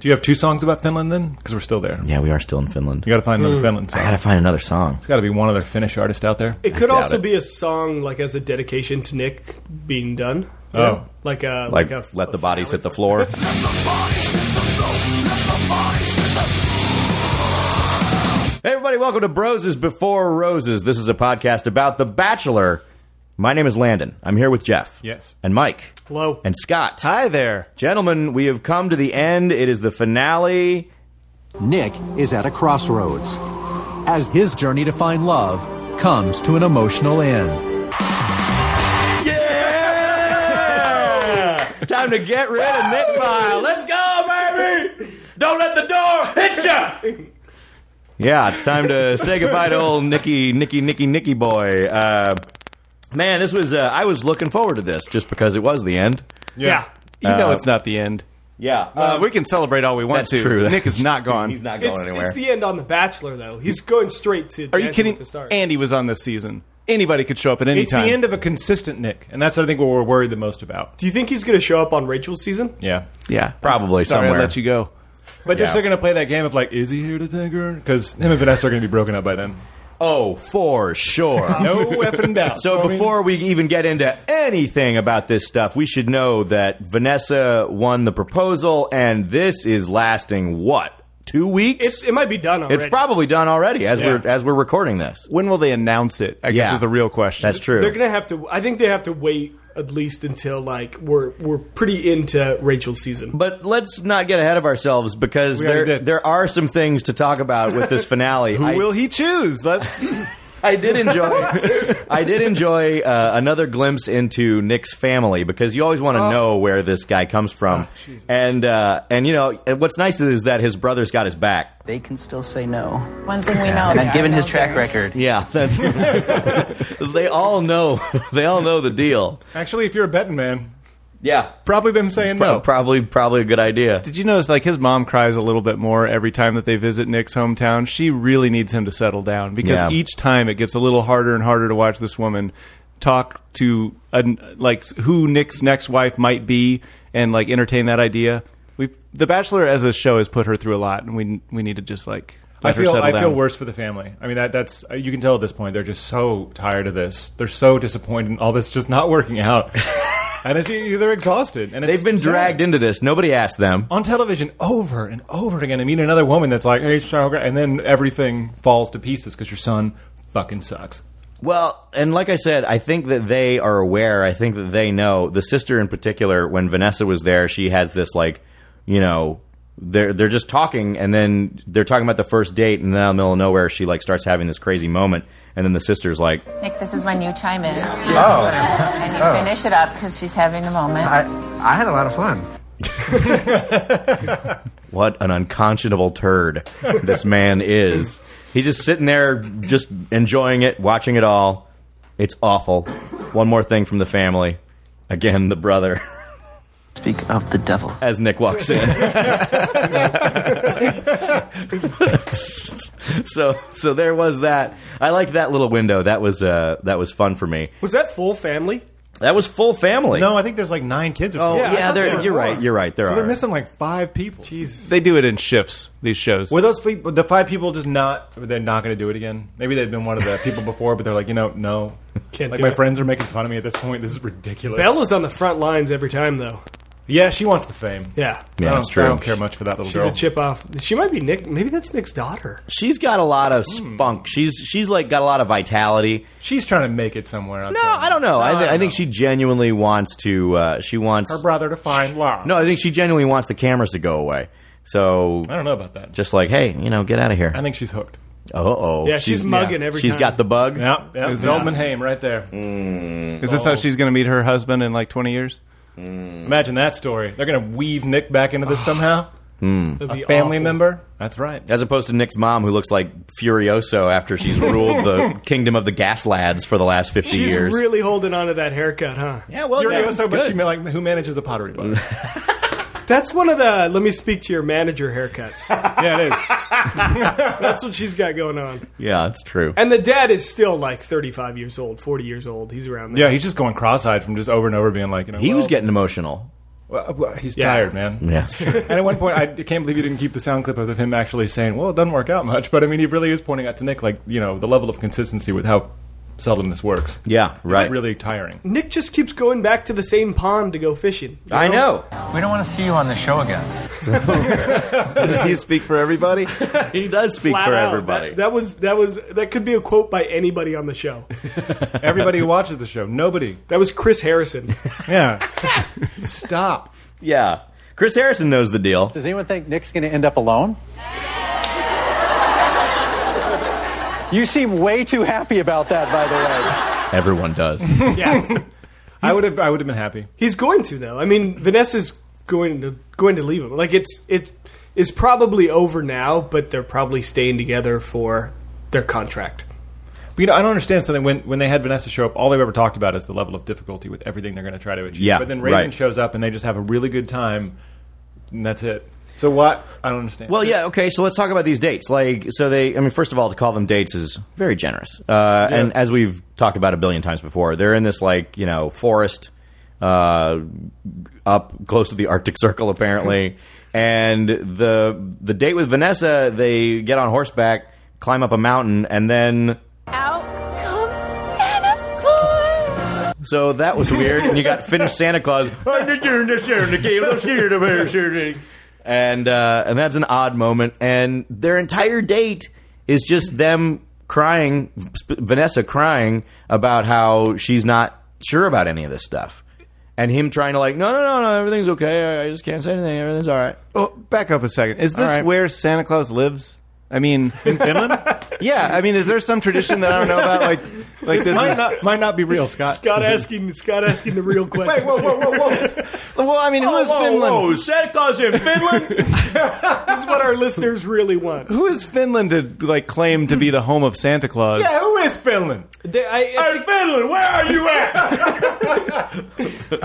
Do you have two songs about Finland then? Because we're still there. Yeah, we are still in Finland. You got to find another Finland I song. gotta find another song. There's got to be one other Finnish artist out there. It could doubt also it. be a song like as a dedication to Nick being done. Oh. Yeah. like a Like, like, a let the bodies hit the floor. Hey everybody, welcome to Broses Before Roses. This is a podcast about The Bachelor. My name is Landon. I'm here with Jeff. Yes. And Mike. Hello. And Scott. Hi there. Gentlemen, we have come to the end. It is the finale. Nick is at a crossroads as his journey to find love comes to an emotional end. Yeah! Time to get rid of Nick Vile. Let's go, baby! Don't let the door hit ya! Yeah, it's time to say goodbye to old Nicky, Nicky, Nicky, Nicky boy. Uh, man, this was, uh, I was looking forward to this just because it was the end. yeah. You Uh, know it's not the end. Yeah. um, Uh, we can celebrate all we want that's to. true. Nick is not gone. he's not going It's, anywhere. it's the end on The Bachelor, though. He's going straight to. Are you kidding? The stars. Andy was on this season. Anybody could show up at any It's time. the end of a consistent Nick, and that's I think what we're worried the most about. do you think he's going to show up on Rachel's season? Yeah, yeah, Probably Sorry, somewhere. I let you go. but just Yeah. they're gonna play that game of like, is he here to take her? Because him and Vanessa are gonna be broken up by then. oh, for sure. No effing doubt. So I mean, before we even get into anything about this stuff, we should know that Vanessa won the proposal, and this is lasting what two weeks? It's, it might be done already. It's probably done already as Yeah. we're as we're recording this. When will they announce it? I Yeah. guess is the real question. That's true. They're going to have to. I think they have to wait at least until like we're we're pretty into Rachel's season. but let's not get ahead of ourselves because We already there did. there are some things to talk about with this finale. Who I, will he choose? Let's. I did enjoy. I did enjoy uh, another glimpse into Nick's family because you always want to know where this guy comes from, and uh, and you know what's nice is that his brother's got his back. They can still say no. One thing we know. And that given I his know track Gary- record, Yeah, that's they all know. They all know the deal. actually, if you're a betting man, Yeah, probably them saying no. probably probably a good idea. Did you notice? Like his mom cries a little bit more every time that they visit Nick's hometown. She really needs him to settle down because Yeah. each time it gets a little harder and harder to watch this woman talk to an like who Nick's next wife might be and like entertain that idea. We The Bachelor as a show has put her through a lot, and we we need to just like I let her feel settle I down. feel worse for the family. I mean that that's uh, you can tell at this point they're just so tired of this. They're so disappointed in all this just not working out, and it's, e, they're exhausted. And it's They've been sad. dragged into this. Nobody asked them. on television over and over again. I meet another woman that's like, hey, so great," and then everything falls to pieces because your son fucking sucks. Well, and like I said, I think that they are aware. I think that they know. The sister in particular, when Vanessa was there, she has this like, you know, they're they're just talking, and then they're talking about the first date, and then out of the middle of nowhere, she like starts having this crazy moment, and then the sister's like, Nick, this is when you chime in. Oh. And you finish it up because she's having a moment. I had a lot of fun. what an unconscionable turd this man is. He's just sitting there, just enjoying it, watching it all. It's awful. One more thing from the family. Again, the brother, speak of the devil. as Nick walks in. so, so there was that. I liked that little window. That was uh, that was fun for me. Was that full family? That was full family. No, I think there's like nine kids or Oh, something. yeah, I thought there- there were you're more. right. You're right. There so are. they're missing like five people. Jesus. They do it in shifts. These shows. Were those fe- the five people just not? They're not going to do it again. Maybe they've been one of the people before, but they're like, you know, no. Can't like do my it. friends are making fun of me at this point. This is ridiculous. Bella's on the front lines every time, though. yeah, she wants the fame. Yeah. I Yeah, don't, it's true. I don't care much for that little She's girl. a chip off. She might be Nick. Maybe that's Nick's daughter. She's got a lot of spunk. She's she's like got a lot of vitality. She's trying to make it somewhere. I'm No, telling you. I don't know. I, No, th- I, don't think know. she genuinely wants to. Uh, she wants. her brother to find love. no, I think she genuinely wants the cameras to go away. So I don't know about that. just like, hey, you know, get out of here. I think she's hooked. Uh oh. Yeah, she's mugging every She's time. got the bug. Yeah, yeah. Is this- Zeldman Haim right there. Mm. Is this how she's going to meet her husband in like twenty years? Imagine that story. They're going to weave Nick back into this somehow. That'd be Family awful. member. That's right. As opposed to Nick's mom, who looks like Furioso after she's ruled the kingdom of the gas lads for the last fifty She's years. really holding on to that haircut, huh? yeah, well, You're yeah, also, it's but good. she meant, like who manages a pottery bar. That's one of the let me speak to your manager haircuts. yeah, it is. That's what she's got going on. yeah, it's true. And the dad is still like 35 years old, 40 years old. He's around there. Yeah, he's just going cross-eyed from just over and over being like, you know, he was well, getting emotional. Well, well, he's Yeah. tired, man. Yes. And at one point, I can't believe you didn't keep the sound clip of him actually saying, "Well, it doesn't work out much." But I mean, he really is pointing out to Nick, like you know, the level of consistency with how seldom this works. Yeah, right. It's really tiring. Nick just keeps going back to the same pond to go fishing. you I know. We don't want to see you on the show again. Does he speak for everybody? he does speak Flat for out. everybody. That, that was that was that could be a quote by anybody on the show. Everybody who watches the show, nobody. That was Chris Harrison. Yeah, stop. yeah. Chris Harrison knows the deal. Does anyone think Nick's going to end up alone? You seem way too happy about that, by the way. Everyone does. yeah, I would have. I would have been happy. he's going to though. I mean, Vanessa's going to going to leave him. Like it's it is probably over now, but they're probably staying together for their contract. But you know, I don't understand something. When when they had Vanessa show up, all they've ever talked about is the level of difficulty with everything they're going to try to achieve. Yeah, but then Raven right. shows up, and they just have a really good time, and that's it. So what? I don't understand. Well, yeah, okay. So let's talk about these dates. Like, so they, I mean, first of all, to call them dates is very generous. Uh, And as we've talked about a billion times before, they're in this like you know forest uh, up close to the Arctic Circle, apparently. and the the date with Vanessa, they get on horseback, climb up a mountain, and then Out comes Santa Claus. so that was weird. and you got finished Santa Claus. and uh, and that's an odd moment. And their entire date is just them crying, sp- Vanessa crying about how she's not sure about any of this stuff, and him trying to like, no, no, no, no, everything's okay. I, I just can't say anything. Everything's all right. Oh, back up a second. Is this All right. where Santa Claus lives? I mean, in Finland. yeah, I mean, is there some tradition that I don't know about? Like, like this might is. not might not be real, Scott. Scott asking Scott asking the real question. Wait, whoa, whoa, whoa, whoa! well, I mean, Oh, who is Finland? Santa Claus in Finland? This is what our listeners really want. Who is Finland to like claim to be the home of Santa Claus? Yeah, who is Finland? They- I, I, Finland, where are you at? think,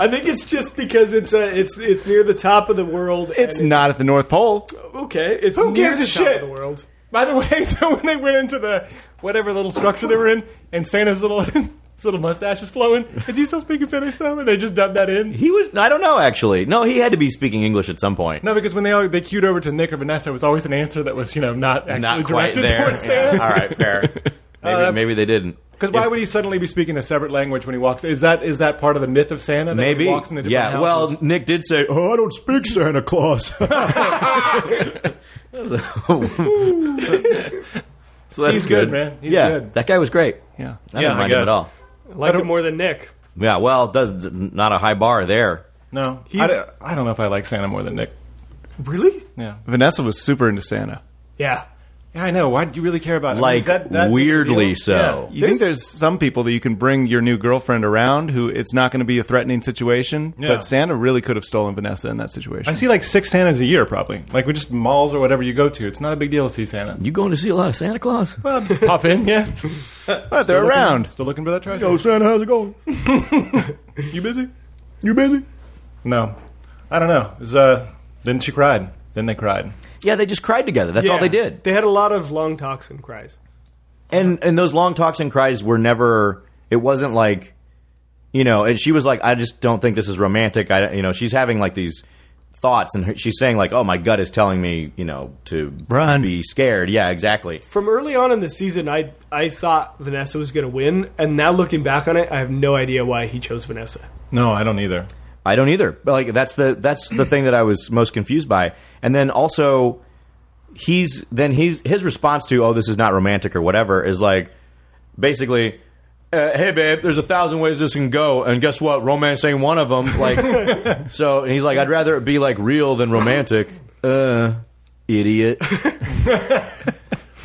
I think it's just because it's uh, it's it's near the top of the world. It's and not at the North Pole. okay. It's Who near gives the a top shit? of the world. By the way, so when they went into the whatever little structure they were in, and Santa's little his little mustache is flowing, is he still speaking Finnish though? And they just dubbed that in. He was. I don't know. Actually, no. He had to be speaking English at some point. No, because when they all, they queued over to Nick or Vanessa, it was always an answer that was you know not actually Not quite directed there. towards Uh, Santa. Yeah, All right, fair. Maybe, maybe they didn't. Because why would he suddenly be speaking a separate language when he walks? Is that is that part of the myth of Santa? That Maybe. he walks into different yeah. houses? Well, Nick did say, "Oh, I don't speak Santa Claus." so that's He's good, man. He's yeah, good. that guy was great. Yeah. I Yeah, don't I mind him guess. at all. I liked it more than Nick. Yeah. Well, it does not a high bar there. no, I, He's- don't- I don't know if I like Santa more than Nick. Really? Yeah, Vanessa was super into Santa. Yeah. yeah, I know. Why do you really care about? I mean, Like is that- that- weirdly yeah. so. You think there's some people that you can bring your new girlfriend around who it's not going to be a threatening situation, Yeah. but Santa really could have stolen Vanessa in that situation. I see like six Santas a year, probably. Like we just malls or whatever you go to. It's not a big deal to see Santa. You going to see a lot of Santa Claus? Well, just pop in, yeah. But they're around. Still looking for that tricycle. Oh, Santa, how's it going? You busy? You busy? No, I don't know. It was, uh, then she cried. Then they cried. Yeah, they just cried together. That's all Yeah. they did. They had a lot of long talks and cries. and and those long talks and cries were never it wasn't like you know and she was like i just don't think this is romantic i you know she's having like these thoughts and her, she's saying like oh my gut is telling me you know to Run. be scared yeah exactly From early on in the season, I I thought Vanessa was going to win, and now looking back on it, I have no idea why he chose Vanessa. No, I don't either. i don't either but like that's the that's the thing that i was most confused by and then also he's then he's his response to oh this is not romantic or whatever is like basically uh, hey babe there's a thousand ways this can go and guess what romance ain't one of them like so and he's like i'd rather it be like real than romantic uh idiot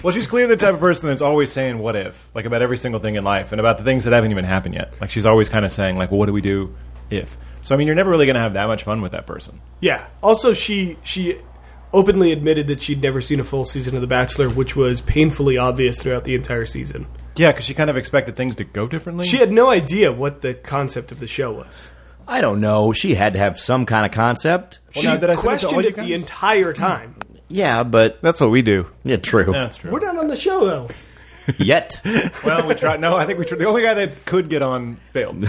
Well, she's clearly the type of person that's always saying "what if," like about every single thing in life, and about the things that haven't even happened yet. Like she's always kind of saying, like, "Well, what do we do if?" So I mean, you're never really going to have that much fun with that person. Yeah. Also, she she openly admitted that she'd never seen a full season of The Bachelor, which was painfully obvious throughout the entire season. Yeah, because she kind of expected things to go differently. She had no idea what the concept of the show was. i don't know she had to have some kind of concept Well, now, did I send it she to Hmm. all questioned you it the guys? entire time. yeah but That's what we do. yeah true That's true. We're not on the show though. yet Well, we tried. No, I think we tried. The only guy that could get on failed.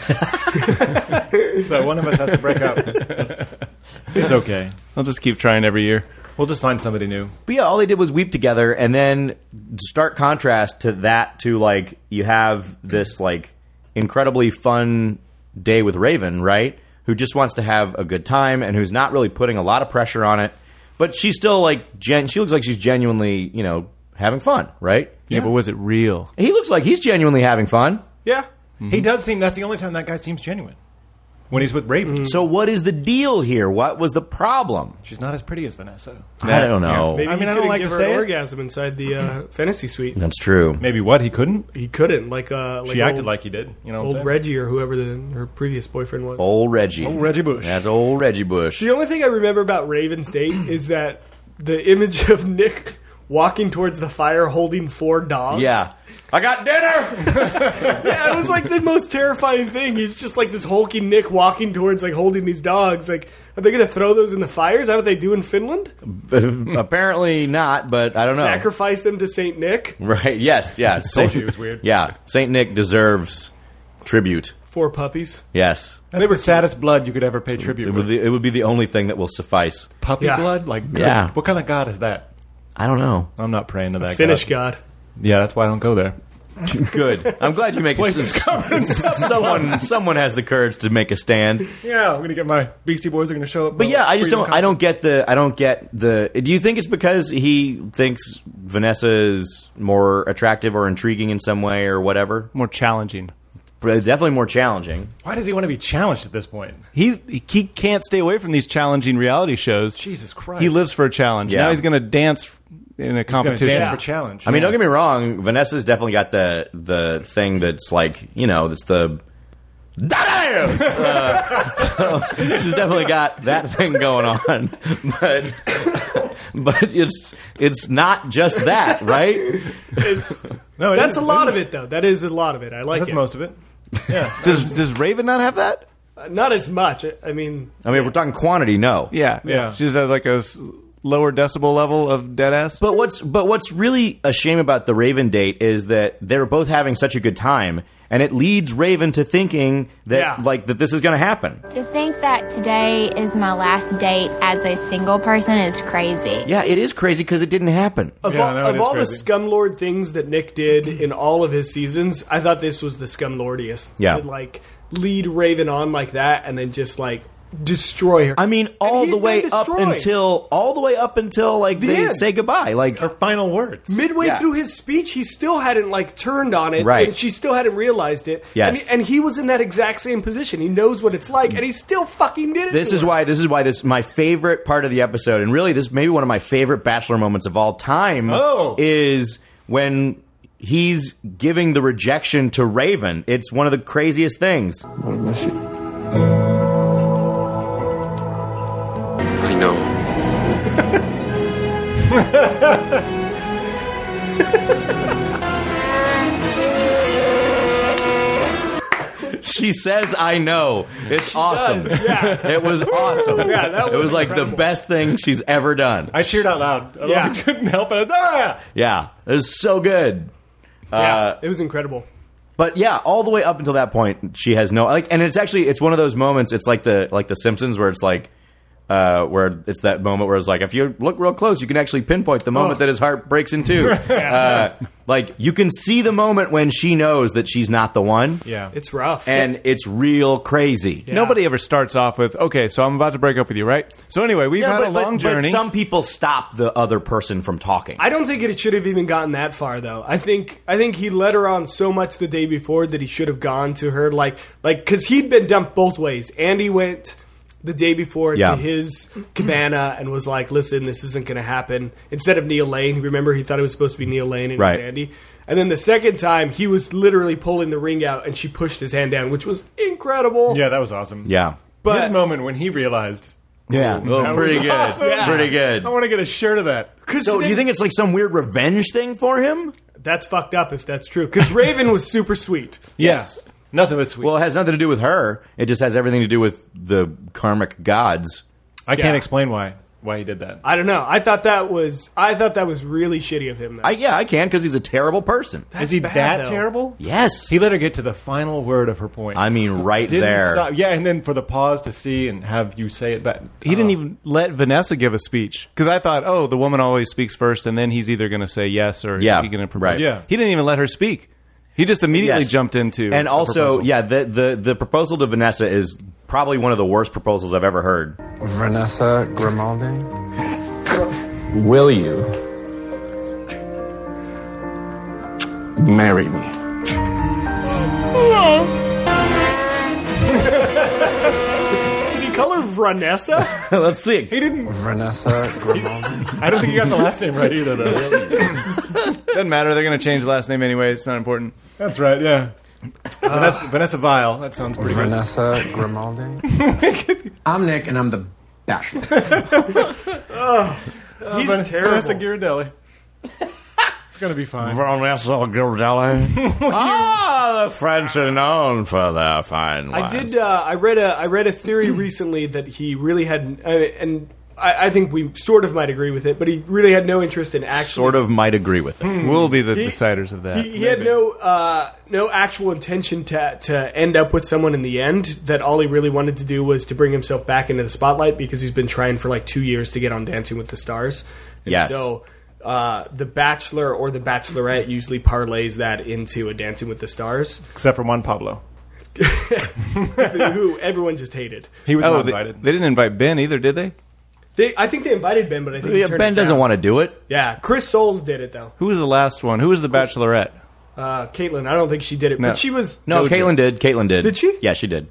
so one of us has to break up. It's okay. I'll just keep trying every year. We'll just find somebody new. But yeah, all they did was weep together, and then stark contrast to that to like you have this like incredibly fun day with Raven, right? Who just wants to have a good time and who's not really putting a lot of pressure on it, but she's still like gen. She looks like she's genuinely, you know, having fun, right? Yeah, but was it real? He looks like he's genuinely having fun. Yeah. Mm-hmm. He does seem. That's the only time that guy seems genuine when he's with Raven. Mm. So what is the deal here? What was the problem? She's not as pretty as Vanessa. I don't know. Maybe I mean, he I don't couldn't like give to her say an it. orgasm inside the uh, fantasy suite. That's true. Maybe what he couldn't. He couldn't. Like, uh, like she acted old- like he did. You know, what I'm old saying? Reggie or whoever the, her previous boyfriend was. Old Reggie. Old Reggie Bush. That's old Reggie Bush. The only thing I remember about Raven's date is that the image of Nick walking towards the fire holding four dogs. Yeah. I got dinner. Yeah, it was like the most terrifying thing. He's just like this hulking Nick walking towards like holding these dogs. Like, are they going to throw those in the fire? Is that what they do in Finland? Apparently not, but I don't know. Sacrifice them to Saint Nick? Right. Yes. Yeah. Saint, you it was weird. Yeah. Saint Nick deserves tribute. Four puppies. Yes. That's the saddest blood you could ever pay tribute It would, with. be, it would be the only thing that will suffice. Puppy Yeah. blood, like good- Yeah. What kind of god is that? I don't know. I'm not praying to that. Finnish god. God. Yeah, that's why I don't go there. Good. I'm glad you make a someone someone has the courage to make a stand. Yeah, I'm gonna get my Beastie Boys are gonna show up. But yeah, I just don't. I don't get the. I don't get the. Do you think it's because he thinks Vanessa is more attractive or intriguing in some way or whatever? More challenging. But it's definitely more challenging. Why does he want to be challenged at this point? He's he can't stay away from these challenging reality shows. Jesus Christ. He lives for a challenge. Yeah. Now he's going to dance in a He's gonna competition. dance for challenge. I mean, don't get me wrong. Vanessa's definitely got the the thing that's like you know that's the. Dadaos! Uh, so she's definitely got that thing going on, but but it's it's not just that, right? It's, No, it that's is- a lot of it, though. That is a lot of it. I like That's it. most of it. Yeah, Does does Raven not have that? Uh, Not as much. I- I mean, I mean, if we're talking quantity, no. Yeah, Yeah. She's at like a s- lower decibel level of dead ass. But what's but what's really a shame about the Raven date is that they're both having such a good time, and it leads Raven to thinking that Yeah. like that this is going to happen. To think that today is my last date as a single person is crazy. Yeah, it is crazy because it didn't happen. Of Yeah, all, no, it of is all the crazy. scumlord things that Nick did in all of his seasons, I thought this was the scumlordiest. Yeah. To like lead Raven on like that and then just like destroy her. I mean, all he'd the way been up destroyed. until all the way up until like they end. say goodbye. Like her final words. midway Yeah. through his speech, he still hadn't like turned on it, Right. And she still hadn't realized it. Yes. And he, and he was in that exact same position. He knows what it's like, and he still fucking did it. this to is her. why this is why this my favorite part of the episode, and really this may be one of my favorite Bachelor moments of all time. Oh. is when he's giving the rejection to Raven. It's one of the craziest things. I know. She says, "I know." It's awesome. yeah. It was awesome. Yeah, it that was was like the incredible. best thing she's ever done. I cheered out loud. I Yeah. couldn't help it. Ah! yeah, it was so good. Yeah, it was incredible. But yeah, all the way up until that point, she has no like. And it's actually it's one of those moments. It's like the like the Simpsons where it's like. Uh, where it's that moment where it's like if you look real close, you can actually pinpoint the Oh. moment that his heart breaks in two. uh, like you can see the moment when she knows that she's not the one, Yeah, It's rough. and it's real crazy. Nobody ever starts off with, "Okay, so I'm about to break up with you," right? So anyway, we've Yeah, had but, a long but- but journey. some people stop the other person from talking. I don't think it should have even gotten that far though. I think I think he led her on so much the day before that he should have gone to her like like cuz he'd been dumped both ways. Andy went the day before Yeah. to his cabana and was like, "Listen, this isn't going to happen." Instead of Neil Lane, remember he thought it was supposed to be Neil Lane and it Right. was Andy. And then the second time, he was literally pulling the ring out and she pushed his hand down, which was incredible. yeah, that was awesome. yeah, but his moment when he realized, yeah, well, that pretty was good, awesome. Yeah. pretty good. I want to get a shirt of that. 'Cause So, do you then- think it's like some weird revenge thing for him? that's fucked up if that's true cuz Raven was super sweet. Yes, nothing but sweet. Well, it has nothing to do with her. It just has everything to do with the karmic gods. I can't yeah. explain why. why he did that. I don't know. I thought that was I thought that was really shitty of him. Though. I, yeah, I can because he's a terrible person. Is he bad, that though. terrible? Yes. He let her get to the final word of her point. I mean, right didn't there. stop. Yeah, and then for the pause to see and have you say it back. He didn't even let Vanessa give a speech because I thought, oh, the woman always speaks first, and then he's either going to say yes or Yeah, he's going to propose. right. Yeah. he didn't even let her speak. He just immediately Yes. jumped into And a also, proposal. yeah, the, the the proposal to Vanessa is probably one of the worst proposals I've ever heard. Vanessa Grimaldi? Will you marry me? Did he call her Vanessa? Let's see. He didn't. Vanessa Grimaldi? I don't think he got the last name right either, though. doesn't matter. They're going to change the last name anyway. It's not important. That's right. Yeah. Uh, Vanessa, Vanessa Vile. That sounds pretty good. Vanessa Grimaldi? I'm Nick, and I'm the bachelor. He's Van- terrible. Vanessa Ghirardelli. it's gonna be fine. Vanessa Girdelli. ah, the French are known for their fine I did. Uh, I read a. I read a theory recently that he really had, uh, and I, I think we sort of might agree with it, but he really had no interest in actually. Sort of might agree with it. We'll be the deciders of that. He, he had no uh, no actual intention to to end up with someone in the end. That all he really wanted to do was to bring himself back into the spotlight because he's been trying for like two years to get on Dancing with the Stars. And Yes. So. Uh, the Bachelor or the Bachelorette usually parlays that into a Dancing with the Stars, Except for Juan Pablo. who everyone just hated. He was Oh, not they, invited. they didn't invite Ben either, did they? They, I think they invited Ben, but I think he Yeah, turned ben it doesn't down. want to do it. Yeah, Chris Soules did it though. Who was the last one? Who was the Bachelorette? Uh, Caitlin, I don't think she did it, No. but she was No, Caitlin did. Caitlin did. Did she? Yeah, she did.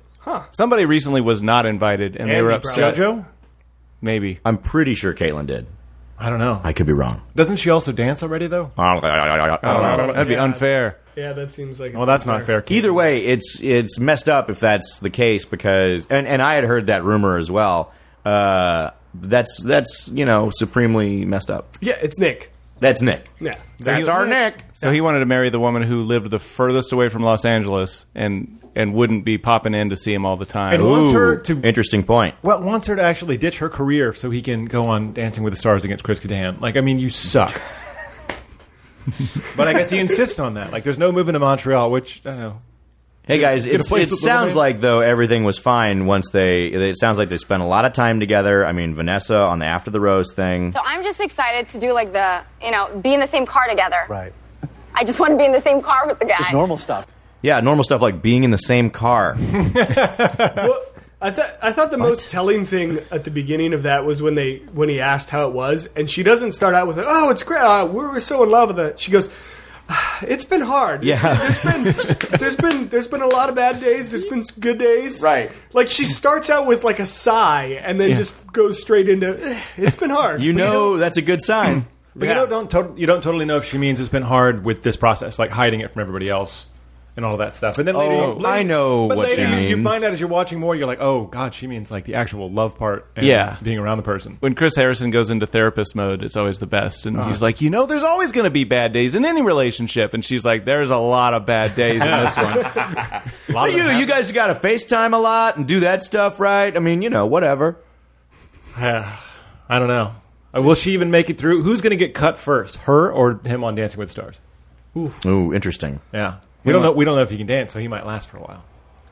Somebody recently was not invited, and they Andy were probably. upset. JoJo? Maybe I'm pretty sure Caitlin did. I don't know. I could be wrong. Doesn't she also dance already though? that'd be unfair. Yeah, that seems like. Well, that's not fair. Keith. Either way, it's it's messed up if that's the case because and, and I had heard that rumor as well. Uh, that's that's you know supremely messed up. Yeah, it's Nick. That's Nick. Yeah, That's our Nick. So he wanted to marry the woman who lived the furthest away from Los Angeles and and wouldn't be popping in to see him all the time. And wants her Ooh, to interesting point. well, wants her to actually ditch her career so he can go on Dancing with the Stars against Chris Kattan. Like, I mean, you suck. but I guess he insists on that. Like, there's no moving to Montreal, which I don't know. Hey guys, Get a it's, place it with the sounds woman. like though everything was fine once they. It sounds like they spent a lot of time together. I mean, Vanessa on the after the rose thing. So I'm just excited to do like the, you know, be in the same car together. Right. I just want to be in the same car with the guy. It's normal stuff. Yeah, normal stuff like being in the same car. Well, I thought I thought the most telling thing at the beginning of that was when they when he asked how it was, and she doesn't start out with, "Oh, it's great. Uh, we were so in love with it." She goes. "Ah, It's been hard. It's- Yeah. there's been there's been there's been a lot of bad days. There's been some good days. Right. Like she starts out with like a sigh and then just goes straight into. "Eh, It's been hard. You know, that's a good sign. But Yeah. you don't, don't tot you don't totally know if she means it's been hard with this process, like hiding it from everybody else and all that stuff. And then later, Oh, you- later- I know but what later she you- You means. find out as you're watching more, you're like, oh god, she means like the actual love part. And Yeah. being around the person. when Chris Harrison goes into therapist mode, it's always the best. And he's like, you know, there's always going to be bad days in any relationship. And she's like, there's a lot of bad days in this one. What you? You guys got to FaceTime a lot and do that stuff, right? I mean, you know, whatever. I don't know. Uh, Will she even make it through? Who's going to get cut first, her or him on Dancing with the Stars? Ooh, interesting. Yeah, we don't know. We don't know if he can dance, so he might last for a while.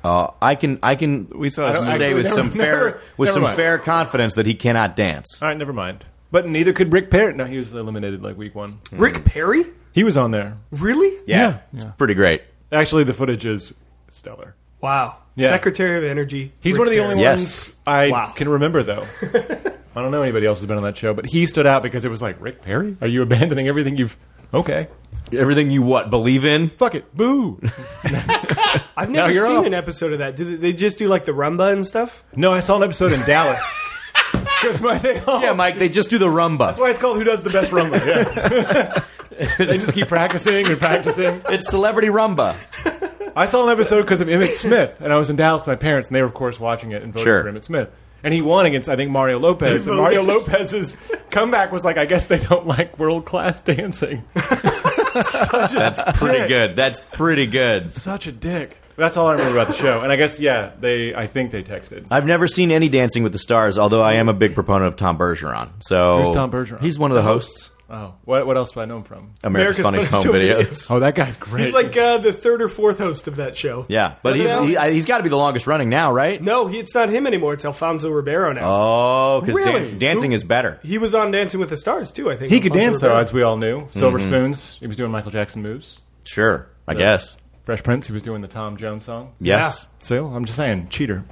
Uh, I can, I can We saw don't a say actually- with never- some fair, never- with never some mind. fair confidence that he cannot dance. All right, never mind. But neither could Rick Perry. No, he was eliminated like week one. Rick Perry? He was on there. Really? Yeah, it's pretty great. Actually, the footage is stellar. Wow. Yeah. Secretary of Energy. He's Rick one of the Perry. only Yes. ones I Wow. can remember, though. I don't know anybody else who's been on that show, but he stood out because it was like Rick Perry. Are you abandoning everything you've? Okay, Everything you what believe in? fuck it, boo. I've never you're seen off. an episode of that. Did they- they just do like the rumba and stuff? no, I saw an episode in Dallas. Because my they all- Yeah, Mike, they just do the rumba. That's why it's called Who Does the Best Rumba. Yeah. they just keep practicing and practicing. It's celebrity rumba. I saw an episode because of Emmett Smith, and I was in Dallas with my parents, and they were, of course, watching it and voting Sure. for Emmett Smith. And he won against, I think, Mario Lopez. And Mario Lopez's comeback was like, I guess they don't like world class dancing. Such a That's pretty good. That's pretty good. Such a dick. That's all I remember about the show. And I guess yeah, they. I think they texted. I've never seen any Dancing with the Stars, although I am a big proponent of Tom Bergeron. So Who's Tom Bergeron? He's one of the hosts. Oh, what, what else do I know him from? America's, Funniest Home Videos. Oh, that guy's great. He's like uh, the third or fourth host of that show. Yeah, but Doesn't he's that- he, I- he's got to be the longest running now, right? No, he, it's not him anymore. It's Alfonso Ribeiro now. Oh, because Really? dancing is better. He was on Dancing with the Stars too. I think He could dance though, Ribeiro. as we all knew. Silver Mhm. spoons. He was doing Michael Jackson moves. Sure, I The guess. Fresh Prince. He was doing the Tom Jones song. Yes. Yeah. So I'm just saying, cheater.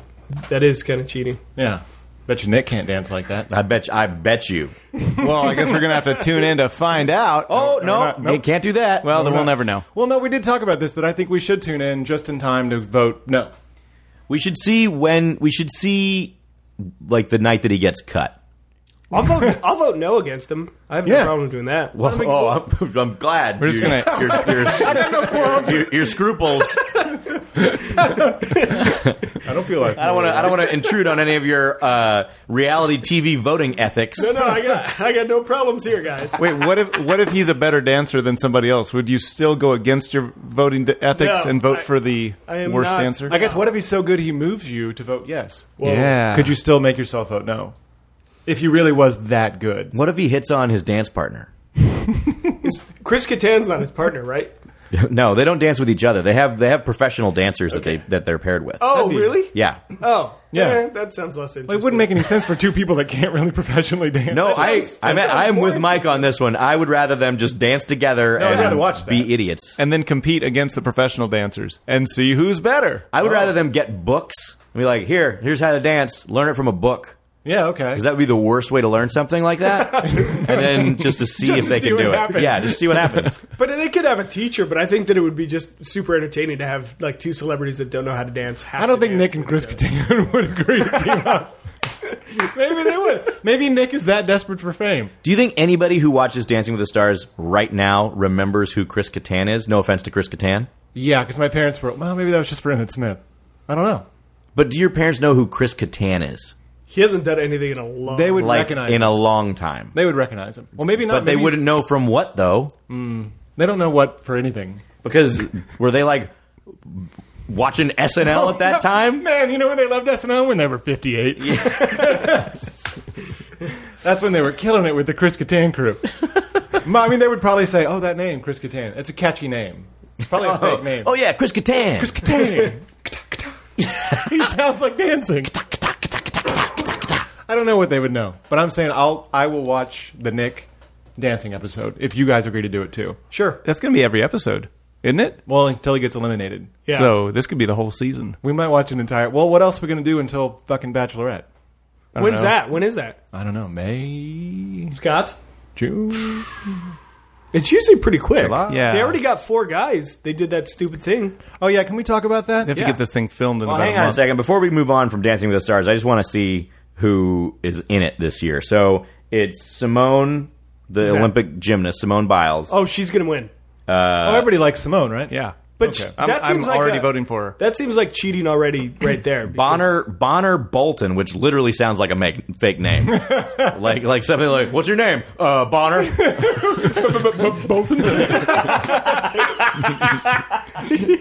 That is kind of cheating. Yeah. Bet you Nick can't dance like that. I bet. You, I bet you. well, I guess we're gonna have to tune in to find out. Oh no, we're not. Nope. can't do that. Well, then we're we'll not. never know. Well, no, we did talk about this. That I think we should tune in just in time to vote no. We should see when we should see like the night that he gets cut. I'll vote. I'll vote no against him. I have no Yeah. problem doing that. Well, oh, I'm, I'm glad. We're just you- gonna- your, your- your- your scruples. I don't feel like I don't want to. I don't want to intrude on any of your uh, reality TV voting ethics. No, no, I got, I got no problems here, guys. Wait, what if what if he's a better dancer than somebody else? Would you still go against your voting d- ethics No, and vote I- for the I am worst not- dancer? I guess what if he's so good he moves you to vote yes? Whoa. Yeah. Could you still make yourself vote no? If you really was that good. What if he hits on his dance partner? Chris Kattan's not his partner, right? no, they don't dance with each other. They have they have professional dancers that they that they're paired with. Oh, really? Yeah. Oh, Yeah. yeah. that sounds less interesting. It wouldn't make any sense for two people that can't really professionally dance. No, I I'm, I'm with Mike on this one. I would rather them just dance together No, I'd and rather watch be idiots. and then compete against the professional dancers and see who's better. oh. I would rather them get books and be like, here, here's how to dance. Learn it from a book. Yeah, okay. Because that would be the worst way to learn something like that. and then just to see Just if to they see can what do it. happens. Yeah, just see what happens. But they could have a teacher. But I think that it would be just super entertaining to have like two celebrities that don't know how to dance. Have I don't think Nick and Chris Kattan would agree to team up. Maybe they would. Maybe Nick is that desperate for fame. do you think anybody who watches Dancing with the Stars right now remembers who Chris Kattan is? No offense to Chris Kattan. Yeah, because my parents were. Well, maybe that was just for Emmett Smith. I don't know. But do your parents know who Chris Kattan is? He hasn't done anything in a long. They would like, recognize in him. a long time. They would recognize him. Well, maybe not. but they maybe wouldn't know from what, though. Mm, they don't know what for anything. Because were they like watching SNL at that time? Man, you know when they left SNL? When they were 58. That's when they were killing it with the Chris Kattan crew. Ma- I mean, they would probably say, oh, that name, Chris Kattan. It's a catchy name. It's probably a fake name. Oh, yeah, Chris Kattan. Chris Kattan. he sounds like dancing. I don't know what they would know, but I'm saying I'll I will watch the Nick dancing episode if you guys agree to do it too. Sure. That's going to be every episode, isn't it? Well, until he gets eliminated. Yeah. So this could be the whole season. We might watch an entire. Well, what else are we going to do until fucking Bachelorette? I don't When's know. that? When is that? I don't know. May Scott. June. It's usually pretty quick. July? Yeah. They already got four guys. They did that stupid thing. Oh yeah, can we talk about that? They have to get this thing filmed in Well, about hang a on a month. second. Before we move on from Dancing with the Stars, I just want to see who is in it this year. So it's Simone, the Who's that? Olympic gymnast, Simone Biles. Oh, she's gonna win. Uh, oh, everybody likes Simone, right? Yeah, But sh- that seems like a- for her. That seems like cheating already, right there. Bonner Bonner Bolton, which literally sounds like a make, fake name, like like something like "What's your name?" Uh, Bonner. Bolton.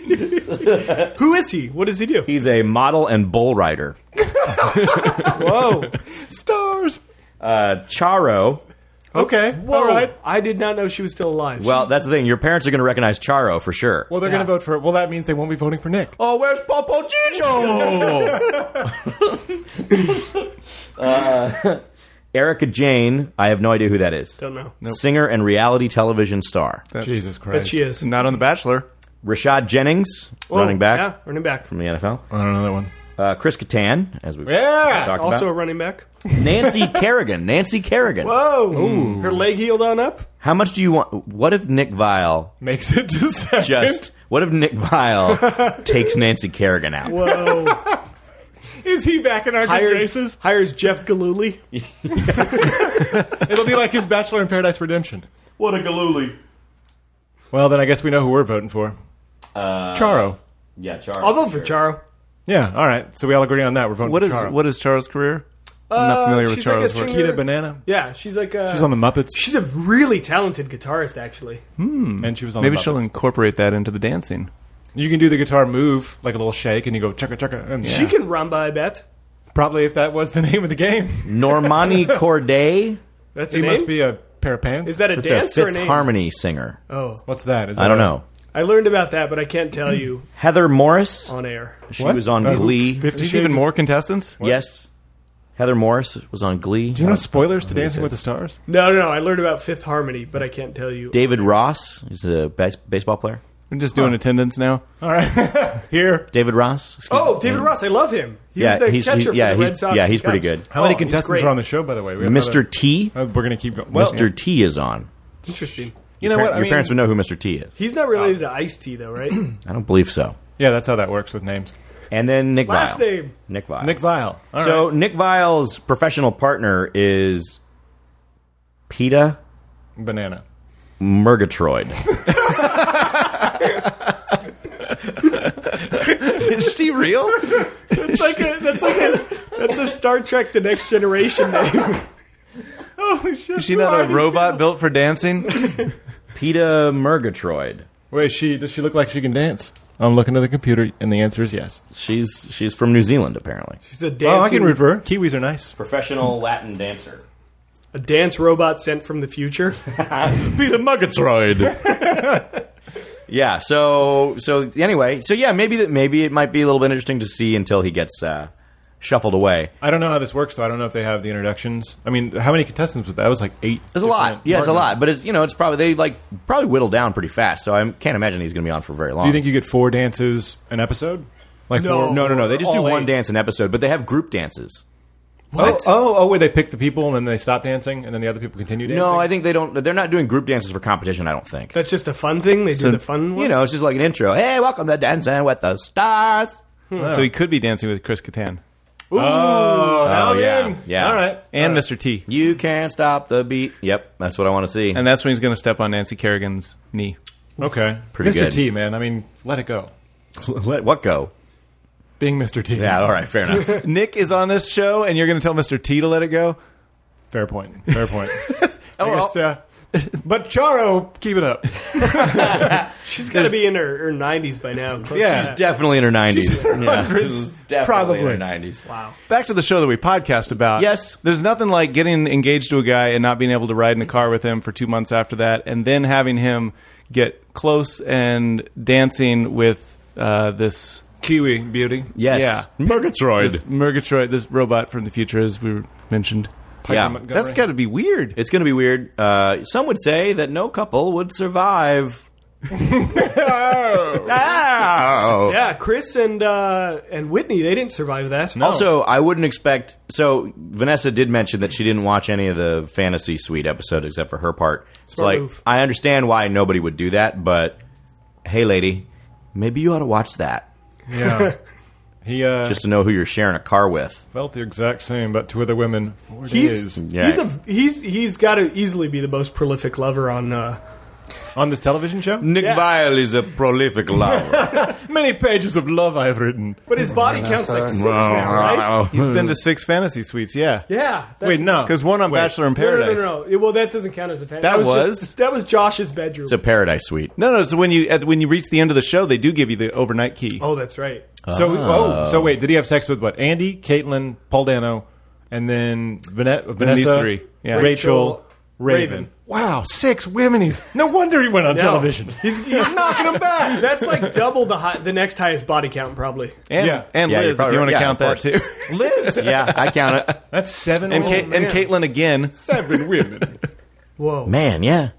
Who is he? What does he do? He's a model and bull rider. Whoa, stars. Uh, Charo. Oh. Okay, Whoa. Oh, I did not know she was still alive. Well, that's the thing. Your parents are going to recognize Charo for sure. Well, they're going to vote for. Well, that means they won't be voting for Nick. Oh, where's Popo Chicho? Uh, Erica Jane. I have no idea who that is. Don't know. Singer and reality television star. Jesus Christ. she is. Not on The Bachelor. Rashad Jennings, Whoa, running back Yeah, running back. from the NFL. I don't know that one. Uh, Chris Kattan, as we Yeah, talked also a about. running back. Nancy Kerrigan. Nancy Kerrigan. Whoa, her leg healed on up. How much do you want? What if Nick Vile makes it to second? Just what if Nick Vile takes Nancy Kerrigan out? Whoa. Is he back in our good hires, graces? Hires Jeff Galooly. It'll be like his Bachelor in Paradise redemption. What a Galooly. Well, then I guess we know who we're voting for. Uh, Charo. Yeah, Charo. I'll vote for Charo. Yeah. All right. So we all agree on that. We're voting. What for is Charo. what is Charles' career? I'm Uh, not familiar with she's like a Charles' work. singer- Kita Banana. Yeah, she's like a, She's on the Muppets. She's a really talented guitarist, actually. Hmm. And she was on Maybe the she'll Muppets. incorporate that into the dancing. You can do the guitar move like a little shake, and you go chugga chugga. And She can rumba, I bet. probably if that was the name of the game. Normani Corday. That's he a name? must be a pair of pants. Is that a It's a dance Fifth or a name? Harmony singer. Oh, What's that? Is I that don't a- know. I learned about that, but I can't tell you Heather Morris. on air. She What? was on That's Glee. Fifty There's Shades even of- more contestants. Yes. Heather Morris was on Glee. Do you know spoilers to Dancing it? with the Stars? No, no, no. I learned about Fifth Harmony, but I can't tell you. David Ross is a bas- baseball player. I'm just doing attendance now. All right, here. David Ross. excuse Oh, me. David Ross. I love him. He Yeah, was the he's- catcher he- yeah, for the he's- Red Sox. yeah, and he's pretty Cubs. good. How many Oh, he's contestants great. are on the show, by the way? We have Mr. another- T. Uh, we're gonna keep going. Well, Mr. T is on. Interesting. you know Your what? par- I Your mean, parents would know who Mr. T is. He's not related to Ice T, though, right? I don't believe so. yeah, that's how that works with names. And then Nick Last Vile. name. Nick Vile. Nick Vile. All right. so Nick Vile's professional partner is PETA banana. Murgatroyd. Is she real? That's like a that's like a that's a Star Trek: The Next Generation name. Holy shit! Is she not a robot built for dancing? PETA Murgatroyd. Wait, she does she look like she can dance? I'm looking at the computer, and the answer is yes. She's she's from New Zealand apparently. She's a Oh, I dancing, can root for her. Kiwis are nice. Professional Latin dancer. a dance robot sent from the future. PETA Murgatroyd. yeah. So so anyway. So yeah. Maybe that maybe it might be a little bit interesting to see until he gets uh, shuffled away. I don't know how this works, though. I don't know if they have the introductions. I mean, how many contestants was that? That was like eight. There's a lot. different Yeah, it's a partners. lot. But it's you know it's probably they like probably whittle down pretty fast. So I can't imagine he's going to be on for very long. Do you think you get four dances an episode? Like No. four, No, no, no. They just do all one eight? dance an episode, but they have group dances. Oh, oh, oh, where they pick the people and then they stop dancing and then the other people continue dancing. No, I think they don't. They're not doing group dances for competition. I don't think. That's just a fun thing. They do the fun one. you know, it's just like an intro. Hey, welcome to Dancing with the Stars. So he could be dancing with Chris Catan Oh, now I'm yeah, in. yeah. All right. and Mr. T. You can't stop the beat. Yep, that's what I want to see. And that's when he's going to step on Nancy Kerrigan's knee. Okay. Pretty Mr. good. T, man. I mean, let it go. Let what go? Being Mr. T. Yeah, all right, fair enough. Nick is on this show, and you're going to tell Mr. T to let it go. Fair point. Fair point. I Oh, well. guess, uh, but Charo, keep it up. she's got to be in her, her 90s by now. Close Yeah. to- She's definitely in her nineties. hundreds. definitely in her Probably. nineties. wow. Back to the show that we podcast about. Yes. There's nothing like getting engaged to a guy and not being able to ride in a car with him for two months after that, and then having him get close and dancing with uh, this, Kiwi beauty. Yes. Yeah. Murgatroyd. this Murgatroyd, this robot from the future, as we mentioned. Yeah. Montgomery. That's got to be weird. It's going to be weird. Uh, some would say that no couple would survive. Ow. Yeah, Chris and uh, and Whitney they didn't survive that. Oh, Also, I wouldn't expect. So Vanessa did mention that she didn't watch any of the fantasy suite episode except for her part. It's Smart like move. I understand why nobody would do that, but hey, lady, maybe you ought to watch that Yeah. He uh, just to know who you're sharing a car with. felt the exact same about two other women. Four he's days. Yeah. he's a he's he's got to easily be the most prolific lover on. Uh, On this television show? Nick Vile is a prolific lover. Many pages of love I've written. Hmm. but his body counts like six now, right? He's been to six fantasy suites, yeah. Yeah. that's- Wait, no. Because one on Wait. Bachelor in No, no, Paradise. no, no, no. It- Well, that doesn't count as a fan. That just- was? that was Josh's bedroom. it's a paradise suite. No, no. So when you at, when you reach the end of the show, they do give you the overnight key. Ah. oh, that's right. So oh, so wait, did he have sex with what? Andy, Caitlin, Paul Dano, and then Vane- Vanessa, these three. Yeah. Uh, Rachel, Rachel, Raven. Raven. Wow, six women. He's no wonder he went on television. He's, he's knocking him back. That's like double the high, the next highest body count, probably. and, yeah. and Yeah, you're Liz, if probably you want to right. Yeah, count of that too. Liz, Yeah, I count it. that's seven. and, women. Kate, and Caitlin again, seven women. Whoa. Man, yeah.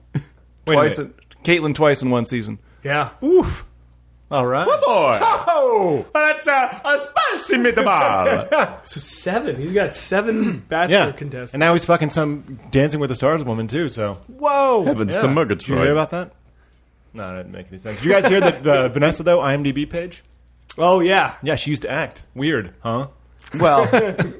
Wait twice. a In, Caitlin twice in one season. Yeah. minute. Oof. All right. Boy, Oh, that's a, a spicy meatball. So seven. He's got seven bachelor yeah. contestants. And now he's fucking some Dancing with the Stars woman too. So whoa. Heavens yeah. to Murgatroyd. Did you hear about that? No, that didn't make any sense. Did you guys hear that uh, Vanessa though IMDb page? Oh yeah. Yeah, she used to act. Weird, huh? Well,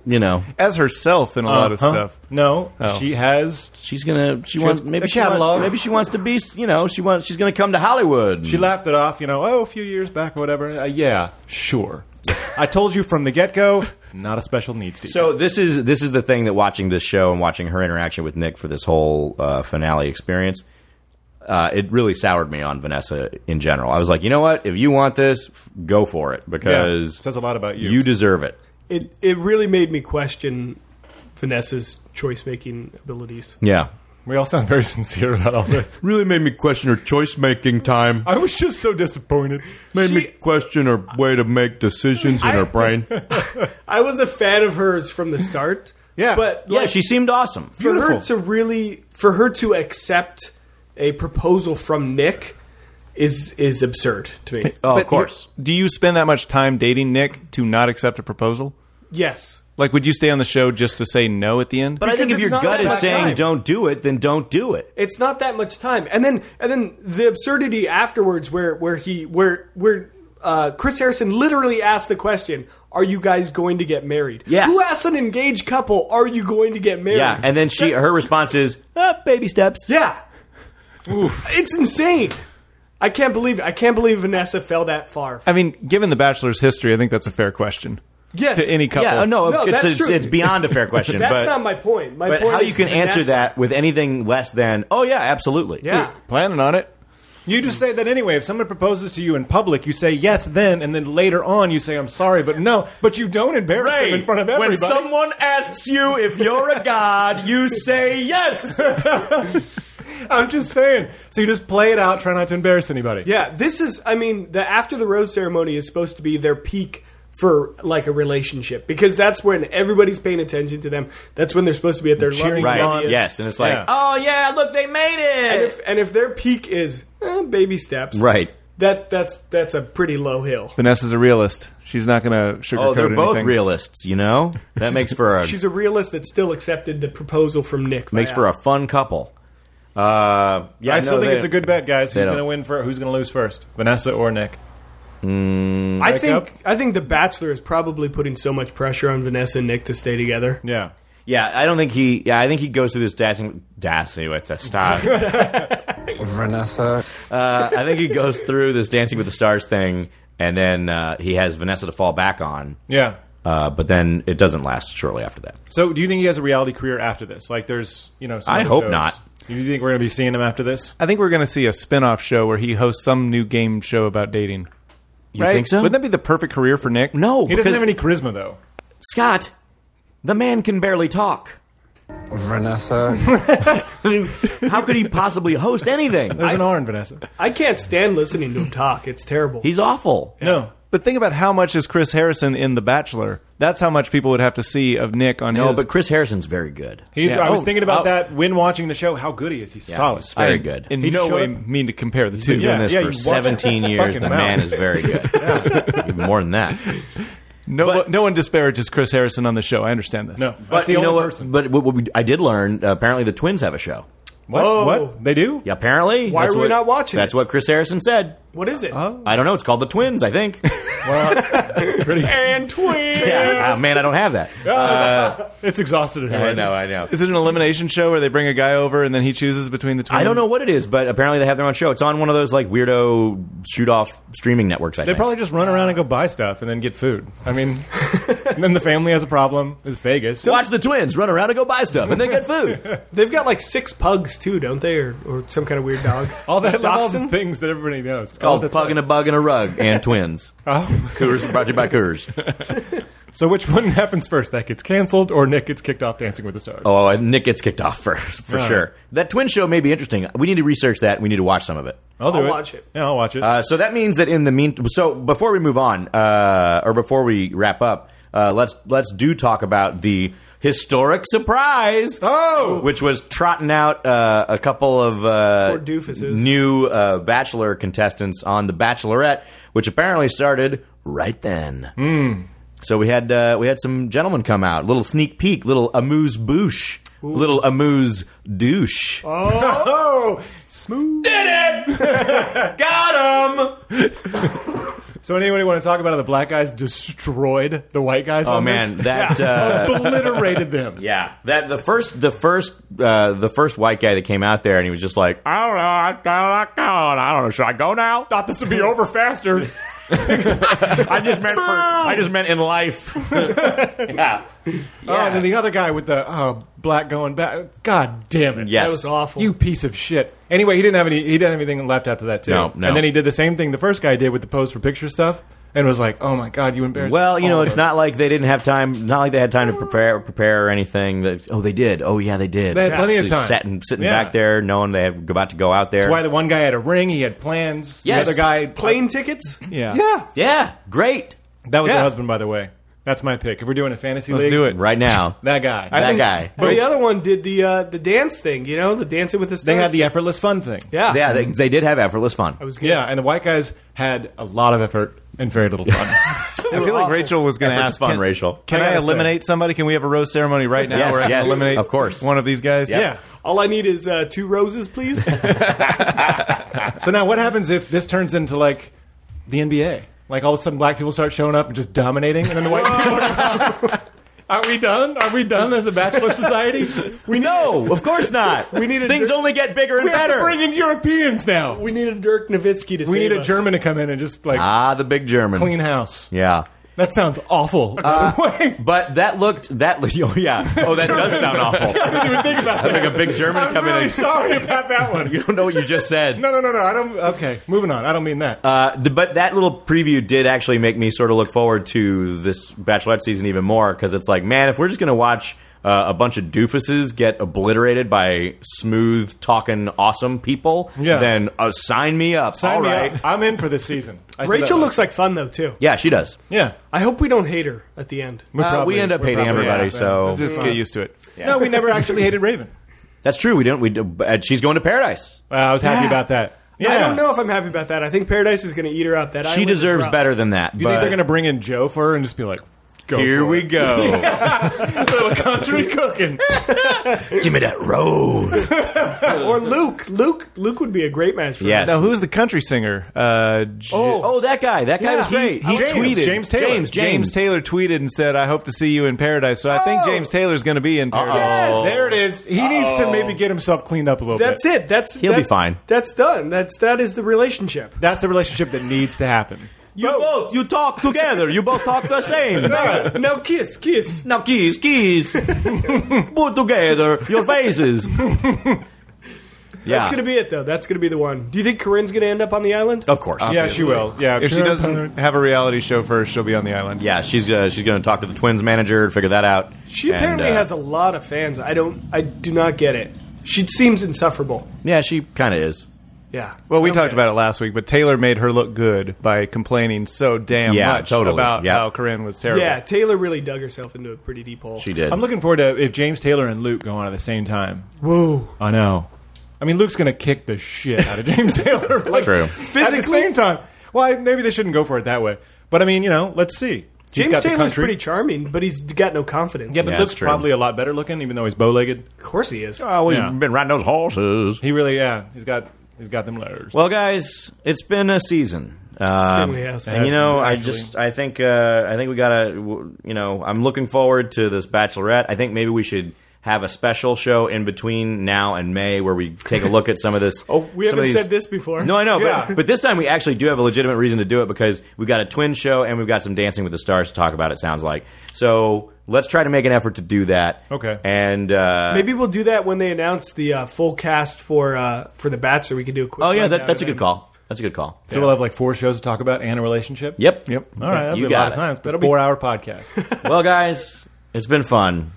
you know, As herself in a lot of Uh-huh. Huh? stuff. No, she has. she's gonna. She, wants has maybe a she wants- catalog. maybe she wants to be. You know, she wants. She's gonna come to Hollywood. She laughed it off. You know, oh, a few years back or whatever. Uh, yeah, sure. I told you from the get go. Not a special needs teacher. So this is this is the thing that watching this show and watching her interaction with Nick for this whole uh, finale experience. uh, it really soured me on Vanessa in general. I was like, you know what? If you want this, f- go for it because Yeah. Says a lot about you. You deserve it. It it really made me question Vanessa's choice making abilities. Yeah. We all sound very sincere about all this. really made me question her choice making time. I was just so disappointed. Made me question her way to make decisions in her brain. I was a fan of hers from the start. yeah, but Yeah, like, she seemed awesome. for her to really for her to accept a proposal from Nick is is absurd to me. Oh, But you're- Do you spend that much time dating Nick to not accept a proposal? Yes. Like, would you stay on the show just to say no at the end? But I think if your gut is saying don't do it, then don't do it. It's not that much time, and then and then the absurdity afterwards, where where he where where uh, Chris Harrison literally asked the question, "Are you guys going to get married?" Yes. Who asked an engaged couple, "Are you going to get married?" Yeah, and then she her response is "Ah, baby steps. Yeah. It's insane. I can't believe I can't believe Vanessa fell that far. I mean, given the Bachelor's history, I think that's a fair question. Yes. To any couple. Yeah, oh, no, it's, that's it's, true. it's beyond a fair question. That's but, not my point. My but point how is you can answer Vanessa- that with anything less than "Oh yeah, absolutely." Yeah. Planning on it. You just say that anyway. If someone proposes to you in public, you say yes then, and then later on you say I'm sorry, but no. But you don't embarrass Ray, them in front of everybody. when someone asks you if you're a god, you say yes. I'm just saying. So you just play it out, try not to embarrass anybody. Yeah, this is. I mean, the after the rose ceremony is supposed to be their peak for like a relationship because that's when everybody's paying attention to them. That's when they're supposed to be at their loving right? happiest. Yes, and it's like, Yeah. "Oh yeah, look, they made it." And if and if their peak is eh, baby steps, Right. That that's that's a pretty low hill. Vanessa's a realist. She's not going to sugarcoat oh, they're both anything. realists. You know that makes for a She's a realist that still accepted the proposal from Nick. makes for a fun couple. Uh, yeah, I still no, think they- it's a good bet, guys. they Who's don't- going to win for? Who's going to lose first? Vanessa or Nick? I think up. I think the Bachelor is probably putting so much pressure on Vanessa and Nick to stay together. Yeah. Yeah, I don't think he. Yeah, I think he goes through this dancing. Dancing with the stars. Vanessa. uh, I think he goes through this Dancing with the Stars thing, and then uh, he has Vanessa to fall back on. Yeah. Uh, but then it doesn't last shortly after that. So do you think he has a reality career after this? Like, there's you know. Some I other hope shows. not. Do you think we're going to be seeing him after this? I think we're going to see a spin off show where he hosts some new game show about dating. You think so? Wouldn't that be the perfect career for Nick? no, He doesn't have any charisma though. Scott. The man can barely talk. Vanessa. I mean, how could he possibly host anything? There's an R in Vanessa. I can't stand listening to him talk. It's terrible. He's awful. No. But think about how much is Chris Harrison in The Bachelor. That's how much people would have to see of Nick on No, his. but Chris Harrison's very good. He's, Yeah. I was Oh, thinking about oh. that when watching the show. How good he is. He's solid. He's very I good. In He no showed way up- mean to compare the two. been doing Doing this yeah, for you watch- 17 years, Fucking the mouth. man is very good. Even more than that. No, no one disparages Chris Harrison on the show. I understand this. No, that's But the you only know what? person. But what, what we, I did learn uh, apparently the twins have a show. What? Whoa. What? They do? Yeah, apparently. Why that's are we what- not watching That's it? what Chris Harrison said. what is it? I don't know. It's called the twins, I think. Pretty. And twins. yeah. Oh, man, I don't have that. It's exhausted at I right know. I know. Is it an elimination show where they bring a guy over and then he chooses between the two? I don't know what it is, but apparently they have their own show. It's on one of those like weirdo shoot off streaming networks. I They think. probably just run around and go buy stuff and then get food. I mean, and then the family has a problem. It's Vegas. watch the twins run around and go buy stuff and then get food. They've got like six pugs too, don't they, or, or some kind of weird dog? All that all the Dachshund? things that everybody knows. It's Called pug and a bug and a rug and twins. Oh. Coors brought to you by Coors. So which one happens first? That gets canceled or Nick gets kicked off Dancing with the Stars? Oh, and Nick gets kicked off first for Right. sure. That twin show may be interesting. We need to research that. We need to watch some of it. I'll do I'll it. watch it. Yeah, I'll watch it. Uh, so that means that in the mean, so before we move on, uh, or before we wrap up, uh, let's let's do talk about the historic surprise. Oh! which was trotting out uh, a couple of uh, Poor doofuses. new uh, Bachelor contestants on the Bachelorette, which apparently started right then. Hmm. So we had uh, we had some gentlemen come out, little sneak peek, little amuse bouche, little amuse douche. oh, smooth. Got him. So anybody want to talk about how the black guys destroyed the white guys? Oh on man, this? that. Uh, obliterated them. Yeah, that the first the first uh, the first white guy that came out there, and he was just like, I don't know, I, I, I don't know, should I go now? Thought this would be over faster. I just meant for, I just meant in life. yeah. Oh, and Oh, then the other guy with the oh, black going back. God damn it! Yes. That was awful. You piece of shit. Anyway, he didn't have any. He didn't have anything left after that too. No, no. And then he did the same thing the first guy did with the pose for picture stuff, and was like, "Oh my god, you embarrassed." Oh, Well, you all know, of it's us." not like they didn't have time. Not like they had time to prepare, prepare or anything. That oh, they did. Oh yeah, they did. They had plenty of Just time. Sitting, sitting Yeah. back there, knowing they had about to go out there. That's why the one guy had a ring. He had plans. Yes. The other guy, Plane tickets? yeah, yeah, yeah, great. That was Yeah. her husband, by the way. That's my pick. If we're doing a fantasy Let's league, do it right now. That guy. That guy. But the other one did the uh, the dance thing, you know, the dancing with the stars. They had the effortless fun thing. yeah. uh, Yeah, they, they did have effortless fun. was good. Yeah, and the white guys had a lot of effort and very little fun. I feel like Rachel was going to Effort's ask fun, can, Rachel. Can I I, gotta say. eliminate somebody? Can we have a rose ceremony right now? Yes, where I can yes, eliminate of course. one of these guys. yeah. All I need is uh, two roses, please. So now, what happens if this turns into like the NBA? Like all of a sudden, black people start showing up and just dominating, and then the white people are. Are we done? Are we done as a bachelor society? We know, of course not. we need a things dir- only get bigger and We have to better. bring in Europeans now. We, we need a Dirk Nowitzki to save need a us. German to come in and just like ah, the big German. clean house. Yeah. Uh, That sounds awful. Wait, But that looked that lo- oh yeah oh that does sound awful. I didn't even think about I that. think a big German I'm coming really in. sorry about that one. You don't know what you just said. No, no, no, no. I don't. Okay, moving on. I don't mean that. Uh, th- but that little preview did actually make me sort of look forward to this Bachelorette season even more because it's like, man, if we're just going to watch uh, a bunch of doofuses get obliterated by smooth talking awesome people, Yeah. then uh, sign me up. Sign All me right. up. I'm in for this season. I said Rachel that looks like fun though too. Yeah, she does. Yeah. I hope we don't hate her at the end. We Uh, we end up we're hating probably- everybody, yeah. so Just get used to it. No, we never actually hated Raven. that's true. We don't. We do, uh, she's going to paradise. Uh, I was happy Yeah. about that. Yeah. I don't know if I'm happy about that. I think Paradise is going to eat her up. That She island is deserves rough. better than that. Do you think they're going to bring in Joe for her and just be like, go Here for we it. go. Little country cooking. Give me that rose. Or Luke. Luke. Luke would be a great match for her. Yes. Now, who's the country singer? Uh, J- Oh, that guy. That guy Yeah, was he- great. he James, tweeted. James Taylor. James, James Taylor tweeted and said, "I hope to see you in paradise." So I think Oh. James Taylor's going to be in paradise. There it is. He needs to maybe get himself cleaned up a little That's bit. it. That's He'll be that's- fine. That's done. That's that is the relationship. That's the relationship that needs to happen. You both, you talk together. You both talk the same. now kiss, kiss. Now kiss, kiss. Put together your faces. That's gonna be it though. That's gonna be the one. Do you think Corinne's gonna end up on the island? of course. Yeah, she will. Yeah, If she doesn't have a reality show first, she'll be on the island. Yeah, she's uh, she's going to talk to the twins manager, figure that out. uh, She apparently has a lot of fans. I don't. I do not get it. She seems insufferable. yeah, she kind of is. Yeah. Well, we talked about it last week, but Taylor made her look good by complaining so damn Yeah, much totally. about Yeah. how Corinne was terrible. Yeah, Taylor really dug herself into a pretty deep hole. She did. I'm looking forward to if James Taylor and Luke go on at the same time. Whoa. I know. I mean, Luke's going to kick the shit out of James Taylor. Like, true. At the Physically? same time. Why? Maybe they shouldn't go for it that way. But I mean, you know, let's see. He's James got the Taylor's country. pretty charming, but he's got no confidence. Yeah, but Yeah, Luke's that's true. probably a lot better looking, even though he's bow legged. Of course he is. always Yeah. been riding those horses. He really, yeah, he's got he's got them letters. Well, guys, it's been a season. Um, Certainly has. and you know, I just, I think, uh, I think we gotta, w- you know, I'm looking forward to this Bachelorette. I think maybe we should have a special show in between now and May where we take a look at some of this. Oh, we some of haven't these- said this before. No, I know, Yeah. but, but this time we actually do have a legitimate reason to do it because we've got a twin show and we've got some Dancing with the Stars to talk about. It sounds like so. Let's try to make an effort to do that. Okay. And uh, Maybe we'll do that when they announce the uh, full cast for uh, for the Bachelor. We can do a quick. oh yeah, that, rundown that's a of good them. call. That's a good call. so we'll have like four shows to talk about and a relationship. Yep. Yep. All right, that'll You be a got lot it. of time. It's been a That'll be- four-hour podcast. Well, guys, it's been fun.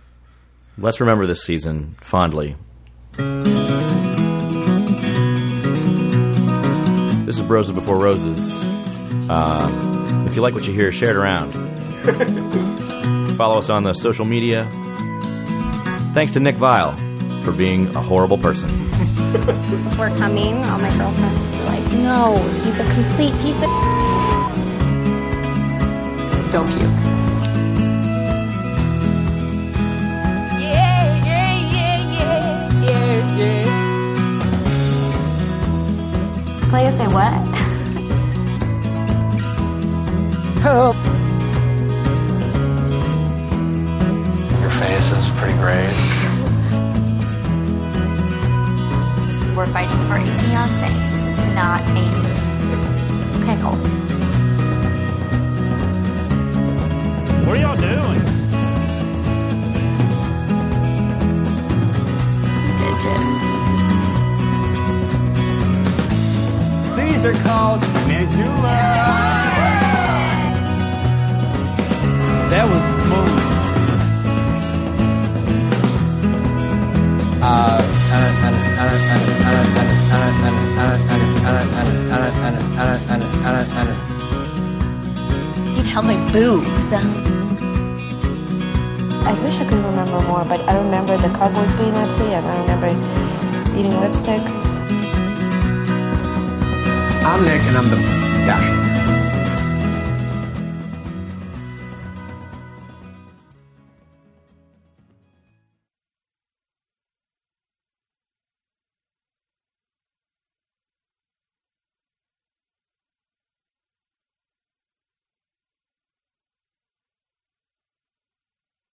Let's remember this season fondly. This is Roses Before Roses. Um, if you like what you hear, share it around. Follow us on the social media. Thanks to Nick Vile for being a horrible person. We're coming. All my girlfriends were like, no, he's a complete piece of. Don't puke. Yeah, yeah, yeah, yeah, yeah, yeah. Play us say what? Poop. Your face is pretty great. We're fighting for a fiance, not a pickle. What are y'all doing? Bitches. These are called medulla. That was smooth. You held my boobs. I wish I could remember more, but I remember the cowboys being empty, and I remember eating lipstick. I'm Nick, and I'm the dasher.